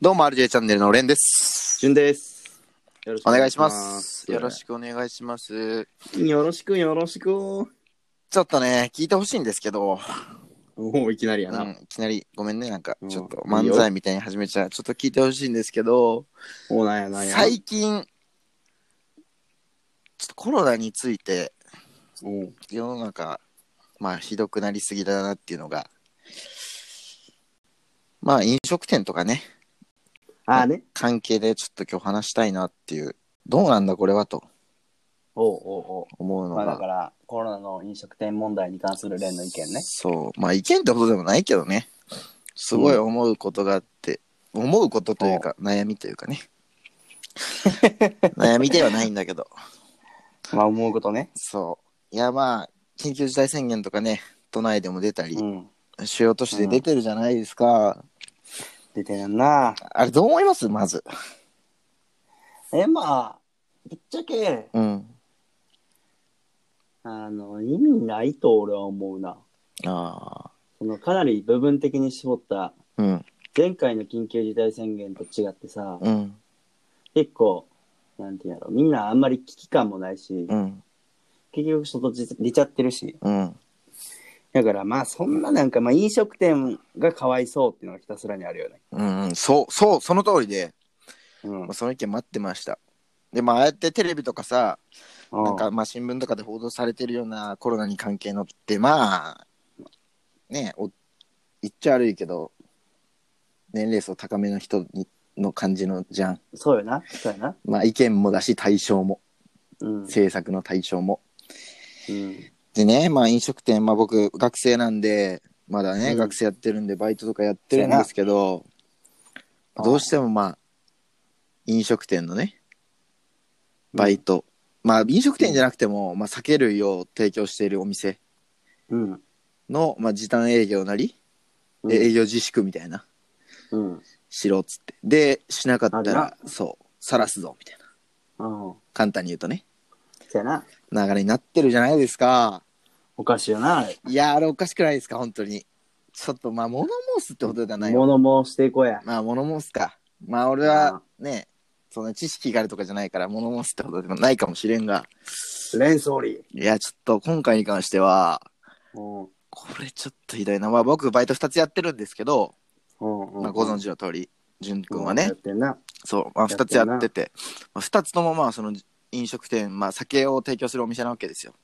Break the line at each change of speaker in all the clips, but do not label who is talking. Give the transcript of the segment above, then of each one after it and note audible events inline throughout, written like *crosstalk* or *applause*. どうも RJ チャンネルのレンです。
順です。よろし
お願いします。よろしくお願いします。
く。よろしく、よろしく。お
ちょっとね、聞いてほしいんですけど、
お、いきなりや
う
な。
ん、いきなりごめんね、なんか
うん
ちょっと漫才みたいに始めちゃう。ちょっと聞いてほしいんですけど、
おなんやなんや。
最近、ちょっとコロナについて
おう
世の中、まあひどくなりすぎだなっていうのが、まあ飲食店とかね、
あーね。
関係でちょっと今日話したいなっていう、どうなんだこれはと
おうおう
思う
おう
の
まあだ
が
か。ら、コロナの飲食店問題に関する連の意見ね。
そう。まあ意見ってことでもないけどね。すごい思うことがあって、思うことというか、悩みというかね。 *laughs* 悩みではないんだけど。
まあ思うことね。
そう。いやまあ、緊急事態宣言とかね、都内でも出たり
う、ん。
主要都市で出てるじゃないですか。
出てるな。
あれどう思いますまず。
え、まあ、ぶっちゃけ、
うん。
あの、意味ないと俺は思うな。
ああ。
そのかなり部分的に絞った、
うん。
前回の緊急事態宣言と違ってさ、
うん。
結構、なんていうんやろ、みんなあんまり危機感もないし
う、ん。
結局外出ちゃってるし。
うん。
だからまあそんななんか、まあ飲食店がかわいそうっていうのがひたすらにあるよね。
うんうん。そう、そう、その通りで、
うん
まあ。その意見待ってました。で、まあ、ああやってテレビとかさ、
な
なんかまあ新聞とかで報道されてるようなコロナに関係のってまあねお言っちゃ悪いけど年齢層高めの人にの感じのじゃん
そうよな。そうやな。
まあ意見もだし対象も
うん。
政策の対象も
うん
でねまあ飲食店まあ僕学生なんでまだね、
うん
学生やってるんでバイトとかやってるんですけど
そうやな
どうしてもまあ飲食店のねバイト、まあ飲食店じゃなくても、まあ、酒類を提供しているお店
うん。
の、まあ、時短営業なり、
うん
で営業自粛みたいな
うん。
しろっつってでしなかった
ある
らそう晒すぞみたいな
うん。
簡単に言うとね
そやな。
流れになってるじゃないですか
おかしいよな、あれ。
いやあれおかしくないですか本当にちょっとまあ物申すってことではないよ
物申していこうや。
まあ物申すかまあ俺はねそんな知識があるとかじゃないから物申すってことでもないかもしれんが
レンソーリ
いやちょっと今回に関しては
ー。うん。
これちょっとひどいなまあ僕バイト2つやってるんですけど、
うんうん。
まあ、ご存知の通り潤くんはね、
やってんな。
そう、まあ、
やって
2
るな
つやってて、まあ、2つともまあその飲食店、まあ、酒を提供するお店なわけですよ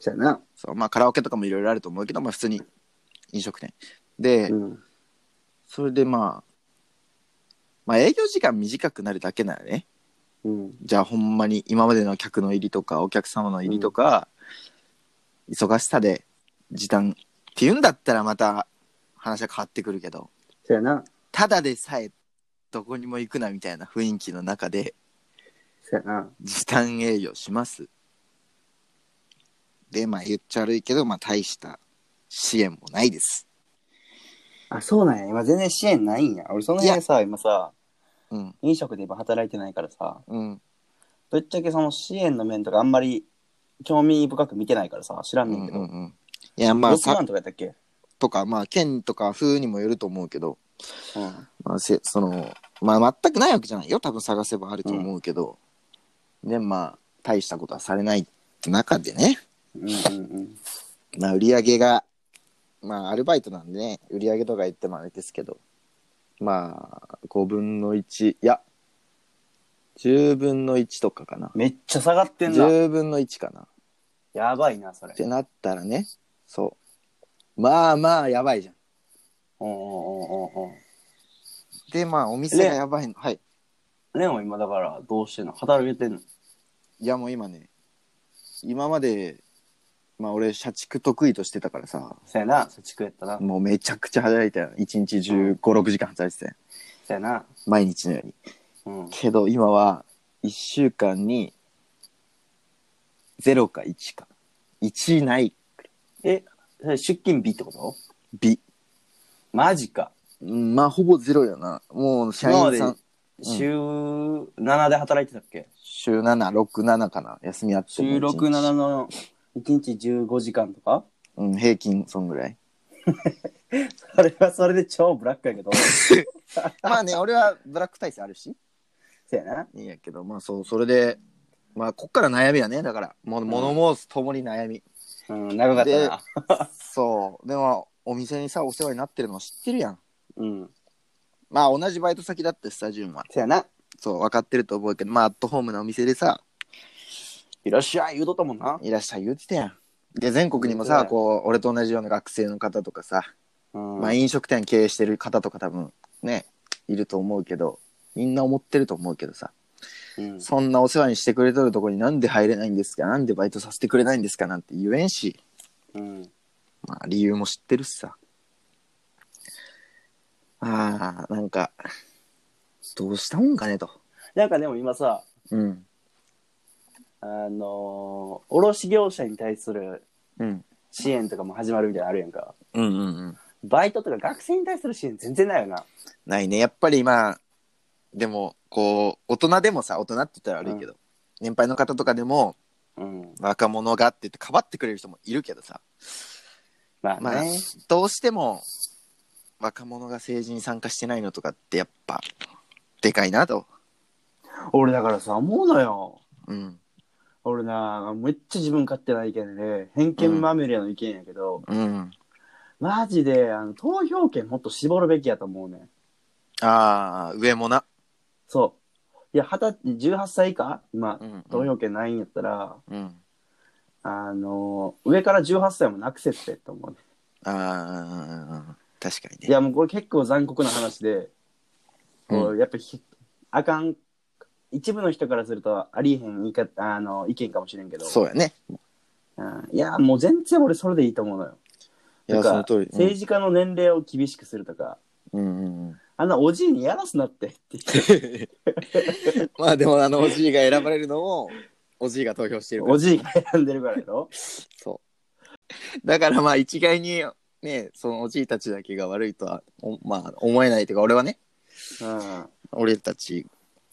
そやな。
そう、まあ、カラオケとかもいろいろあると思うけど、まあ、普通に飲食店で、
うん。
それでまあまあ営業時間短くなるだけならね
うん。
じゃあほんまに今までの客の入りとかお客様の入りとか、忙しさで時短っていうんだったらまた話は変わってくるけど
そやな。
ただでさえどこにも行くなみたいな雰囲気の中で
そやな。
時短営業しますでまあ言っちゃ悪いけどまあ大した支援もないです
あ、そうなんや。今全然支援ないんや。俺その辺さ、今さ、
うん
飲食で今働いてないからさ、
うん
ぶっちゃけその支援の面とかあんまり興味深く見てないからさ、知ら
うん
ねん
ん
け
う
ど。
んうんいやまあ
6
さ
万とかやったっけ
とかまあ県とか風にもよると思うけど、
うん。
まあ、せそのまあ全くないわけじゃないよ多分探せばあると思うけど、でまあ大したことはされないって中でね
うんうん
まあ売り上げがまあアルバイトなんでね売り上げとか言ってもあれですけどまあ5分の1いや10分の1とかかな
*laughs* うん。めっちゃ下がってんな。
10分の1かなっ
やばいな、それ。
てなったらねそうまあまあやばいじゃん
うんうんうんうんうん。
でまあお店がやばいの、はい
レンは今だからどうしてんの働いてんの
いやもう今ね今までまあ俺社畜得意としてたからさ
そやな、そっち食えったな。
もうめちゃくちゃ働いたよ1日1 5 6時間働いてたよ
そやな。
毎日のように
うん。
けど今は1週間に0か1か1ない
え、それ出勤日ってこと
日
マジか。
うんまあほぼゼロやなもう社員さ
今ま
ん
で週7で働いてたっけ、
週767かな休みあって
週
も
6、
一日
7の1日15時間とか *laughs*
うん、平均そんぐらい
それはそれで超ブラックやけど、
まあね、俺はブラック体制あるし。
そうやな。
いいやけど、まあそう、それで、まあこっから悩みやね、だから。も物申すともに悩み。
うん、長かった
で
な。
そう。でも、お店にさ、お世話になってるの知ってるやん。
うん。
まあ同じバイト先だって、スタジウムは。
そうやな。
そう、分かってると思うけど、まあアットホームなお店でさ、
いらっしゃい、言うとったもんな。
いらっしゃい言うてたやん。で、全国にも
本当
さ、
だよ
こう、俺と同じような学生の方とかさ、
うん。
まあ飲食店経営してる方とか多分ね、いると思うけど、みんな思ってると思うけどさ、
うん
そんなお世話にしてくれとるとこになんで入れないんですかなんでバイトさせてくれないんですかなんて言えんし、
うん。
まあ理由も知ってるしさ。ああ、なんか、どうしたもんかねと。
なんかでも今さ、
うん。
あのー卸業者に対する
うん。
支援とかも始まるみたいなのあるやんか。
うんうんうん。
バイトとか学生に対する支援全然ないよな。
ないね。やっぱり今、でも、こう、大人でもさ、大人って言ったら悪いけど、年配の方とかでも、
うん。
若者がって言って、かばってくれる人もいるけどさ、
まあね。
まあ、どうしても、若者が政治に参加してないのとかって、やっぱ、でかいなと。
俺だからさ、思うのよ。
うん。
俺な、めっちゃ自分勝手な意見で、偏見まみれの意見やけど、
うん。
マジであの投票権もっと絞るべきやと思うねん。
ああ、上もな。
そう。いや、二十歳、18歳以下今、
うん。
投票権ないんやったら、
うん。
あの、上から18歳もなくせってと思うね。
ああ、確かに
い
ね。
や、もうこれ結構残酷な話で、こうやっぱひあかん、一部の人からするとありえへん言い方あの意見かもしれんけど、
そうやね。
うんいや、もう全然俺それでいいと思うのよ。
いや、
とか
その通り。
政治家の年齢を厳しくするとか、
うんうんうん。
あんなおじいにやらすなってっていう。
*laughs* まあでも、あの、おじいが選ばれるのも、おじいが投票してるから
お。じいが選んでるからや
*laughs*
ろ
そう。だからまあ一概にね、そのおじいたちだけが悪いとは、おまあ思えないというか、俺はね、
うん。
俺たち、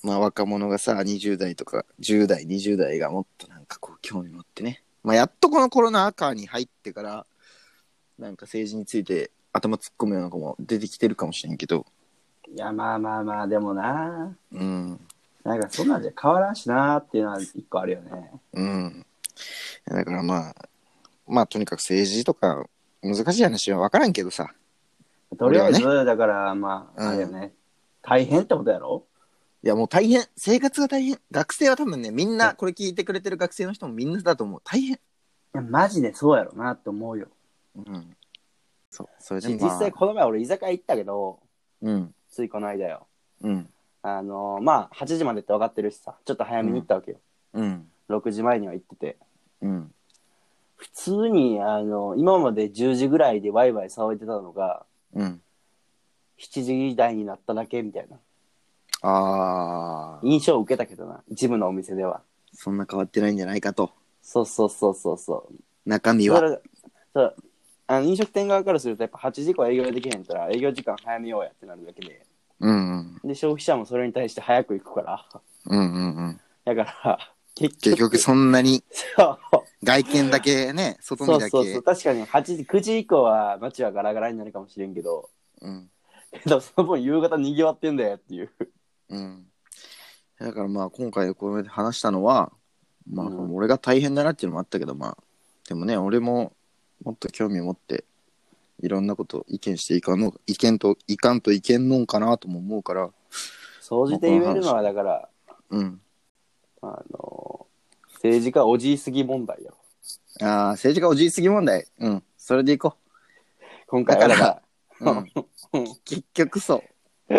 まあ若者がさ、20代とか、10代、20代がもっとなんかこう興味持ってね。まあやっとこのコロナ禍に入ってから、なんか政治について頭突っ込むような子も出てきてるかもしれんけど、
いや、まあまあまあ、でもな。
うん、
なんかそんなんじゃ変わらんしなーっていうのは一個あるよね。
うん。だからまあ、まあとにかく政治とか難しい話は分からんけどさ、
とりあえ
こ
ず、だからま
うん
あ、あれよね。大変ってことやろ
いやもう大変生活が大変学生は多分ねみんなこれ聞いてくれてる学生の人もみんなだと思う大変
いや、マジでそうやろなって思うよ。
うんそうそれで
実
まあ
際この前俺居酒屋行ったけど、
うん
ついこの間よ。
うん
あのーまあ、8時までって分かってるしさ、ちょっと早めに行ったわけよ。
うん
6時前には行ってて。
うん
普通に、あのー今まで10時ぐらいでワイワイ騒いでたのが、
うん
7時台になっただけみたいな。
ああ
印象を受けたけどな、一部のお店では。
そんな変わってないんじゃないかと
そうそうそうそうそう。
中身
だか
は
らそうあの飲食店側からするとやっぱ8時以降営業できへんったら営業時間早めようやってなるだけで
うん
で消費者もそれに対して早く行くから *laughs*
うんうんうんうん
だから結局
結局そんなに
そう
外見だけね外
そ
見
う
だ
そうそ
け
う確かに8時9時以降は街はガラガラになるかもしれんけど *laughs*
うん
けどその分夕方にぎわってんだよっていう
うんだからまあ今回これで話したのはまあ
うん
俺が大変だなっていうのもあったけどまあでもね俺ももっと興味持っていろんなこと意見していかんの意見といかんといけんのんかなとも思うから
総じて言えるのはだから
うん
あの政治家おじいすぎ問題よ
あー政治家おじいすぎ問題うんそれでいこ
今回はだから
う、うん、 *laughs* 結局そう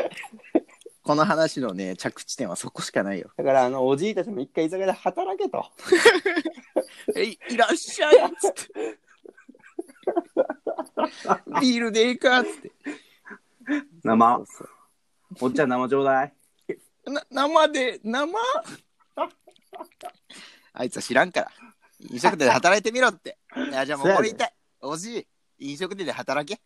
この話のね着地点はそこしかないよ
だからあのおじいたちも一回居酒屋で働けと
えいいらっしゃいっつって *laughs* ビールでいいかっつって
生。おっちゃん生ちょうだい。
な生で生 *laughs* あいつは知らんから飲食店で働いてみろっていやじゃあもう
そうやね
俺言いたいおじい飲食店で働け